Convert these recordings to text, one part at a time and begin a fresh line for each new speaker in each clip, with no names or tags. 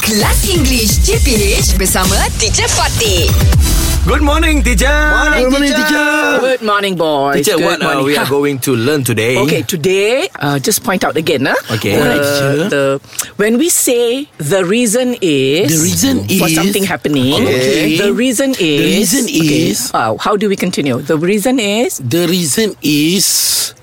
Kelas English CPH bersama Teacher Fatih.
Good morning, teacher.
Morning,
Morning,
teacher.
Good morning, boys.
Teacher,
Good
what uh,
morning.
we are
Ha.
going to learn today?
Okay, today, uh, just point out again, huh?
Okay.
The,
Alright, teacher.
the, when we say the reason is
The reason
for
is-
something happening,
Okay.
the reason is
The reason
Okay.
is-
Uh, how do we continue? The reason is
The reason is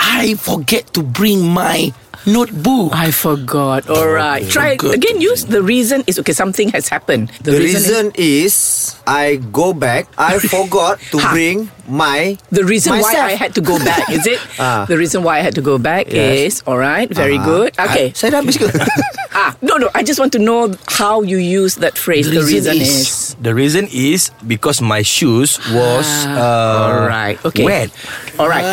I forget to bring my notebook.
I forgot. All right, try
Forgot.
again. Use the reason is okay. Something has happened.
The reason is I go back. I forgot to
Ha.
bring my
The reason
myself.
why I had to go back is it?
Ah.
The reason why I had to go back is
Yes. Ah.
all right. Very good. Okay.
Saya dah habis ke?
Ah, no, no. I just want to know how you use that phrase. The,
The
reason,
reason
is.
The reason is because my shoes was uh,
All right. Ah, Okay.
wet.
All right.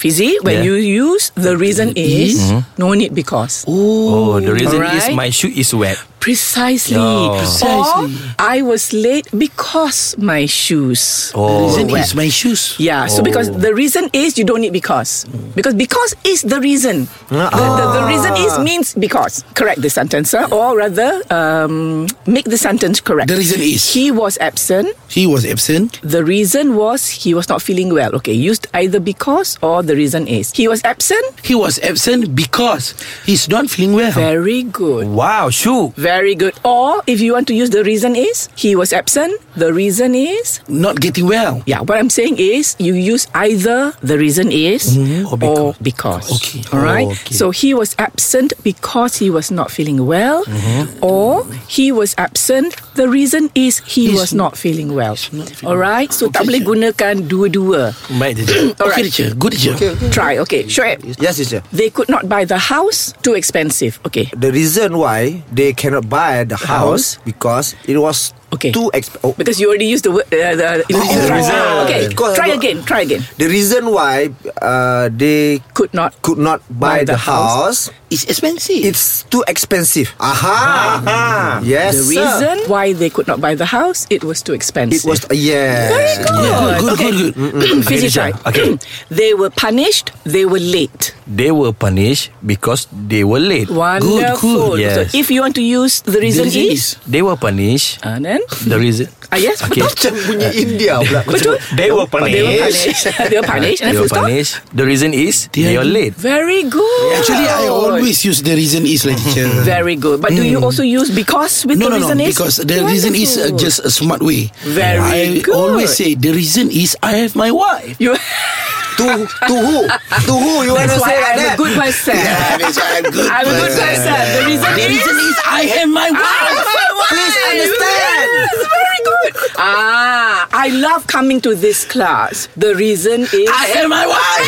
Fizzy, when
Yeah.
you use the reason
Mm-hmm.
is, no need because.
Oh, the reason is
Alright.
my shoe is wet.
Precisely.
Oh.
Precisely.
Or I was late because my shoes.
the
Oh,
reason is my shoes.
Yeah, so because
Oh.
the reason is you don't need because. Because because is the reason. The, the,
Ah.
the reason is means because. Correct the sentence, huh? or rather, um, make the sentence correct.
The reason is.
He was absent.
He was absent.
The reason was he was not feeling well. Okay, used either because or the reason is. He was absent.
He was absent because he's not feeling well.
Very good.
wow, shoe.
Very good. Or if you want to use the reason is, he was absent. The reason is.
Not getting well.
Yeah, what I'm saying is you use either the reason is
Or
or,
because.
because.
Okay.
All right.
Oh, okay.
So he was absent because he was not feeling well, or he was absent. The reason is he
He's
was not feeling well.
not feeling
All right. So
Okay,
tak boleh
sir.
gunakan dua-dua.
Baik, teacher.
Okay,
Alright.
teacher. Good teacher.
Try. Okay. Shoaib.
yes, teacher.
They could not buy the house. Too expensive. Okay.
The reason why they cannot buy the house because it was
Okay.
too exp- oh.
Because you already used the word. Uh, the, in the,
Oh,
right.
yeah.
Okay.
Because
Try
I got-
again. Try again.
The reason why uh, they
Could not.
could not buy, the, house,
It's expensive.
it's too expensive. Aha!
Ah.
Yes.
The
sir.
reason why they could not buy the house, it was too expensive.
it was yes.
Very good.
Yeah, good,
okay.
good,
good.
Okay,
Fizzy try.
teacher. Okay.
they were punished. They were late.
They were punished because they were late.
Wonderful.
Yes.
So if you want to use the reason,
reason
is,
They were punished.
and then
the reason.
ah yes,
Okay.
betul.
Macam bunyi India pula.
Betul.
They were
They were
punished.
punished. they were punished. And
They
then
were
full stop.
punished. The reason is
They
they are
are
late.
Very good.
Actually, I always use the reason is, like teacher.
Oh. Very good. But do you also use because with
No,
the
no, no.
reason is?
Because the reason is uh,
Wonderful.
just a smart way.
Very
I
good.
always say the reason is I have my wife.
you.
to, to who? To who you want
That's why
to say like
I'm
that?
a good person.
that's why I'm good.
I'm a good person. The reason
The
is.
reason is I have my wife.
Please
understand.
very good. Ah, I love coming to this class. The reason is
I have my wife.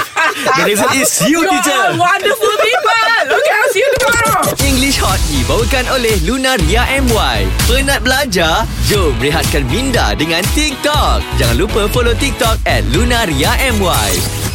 The reason is you,
You're
teacher.
all wonderful people. Okay, I'll see you tomorrow.
English Hot dibawakan oleh Lunaria MY. Penat belajar? Jom rehatkan minda dengan TikTok. Jangan lupa follow TikTok at Lunaria MY.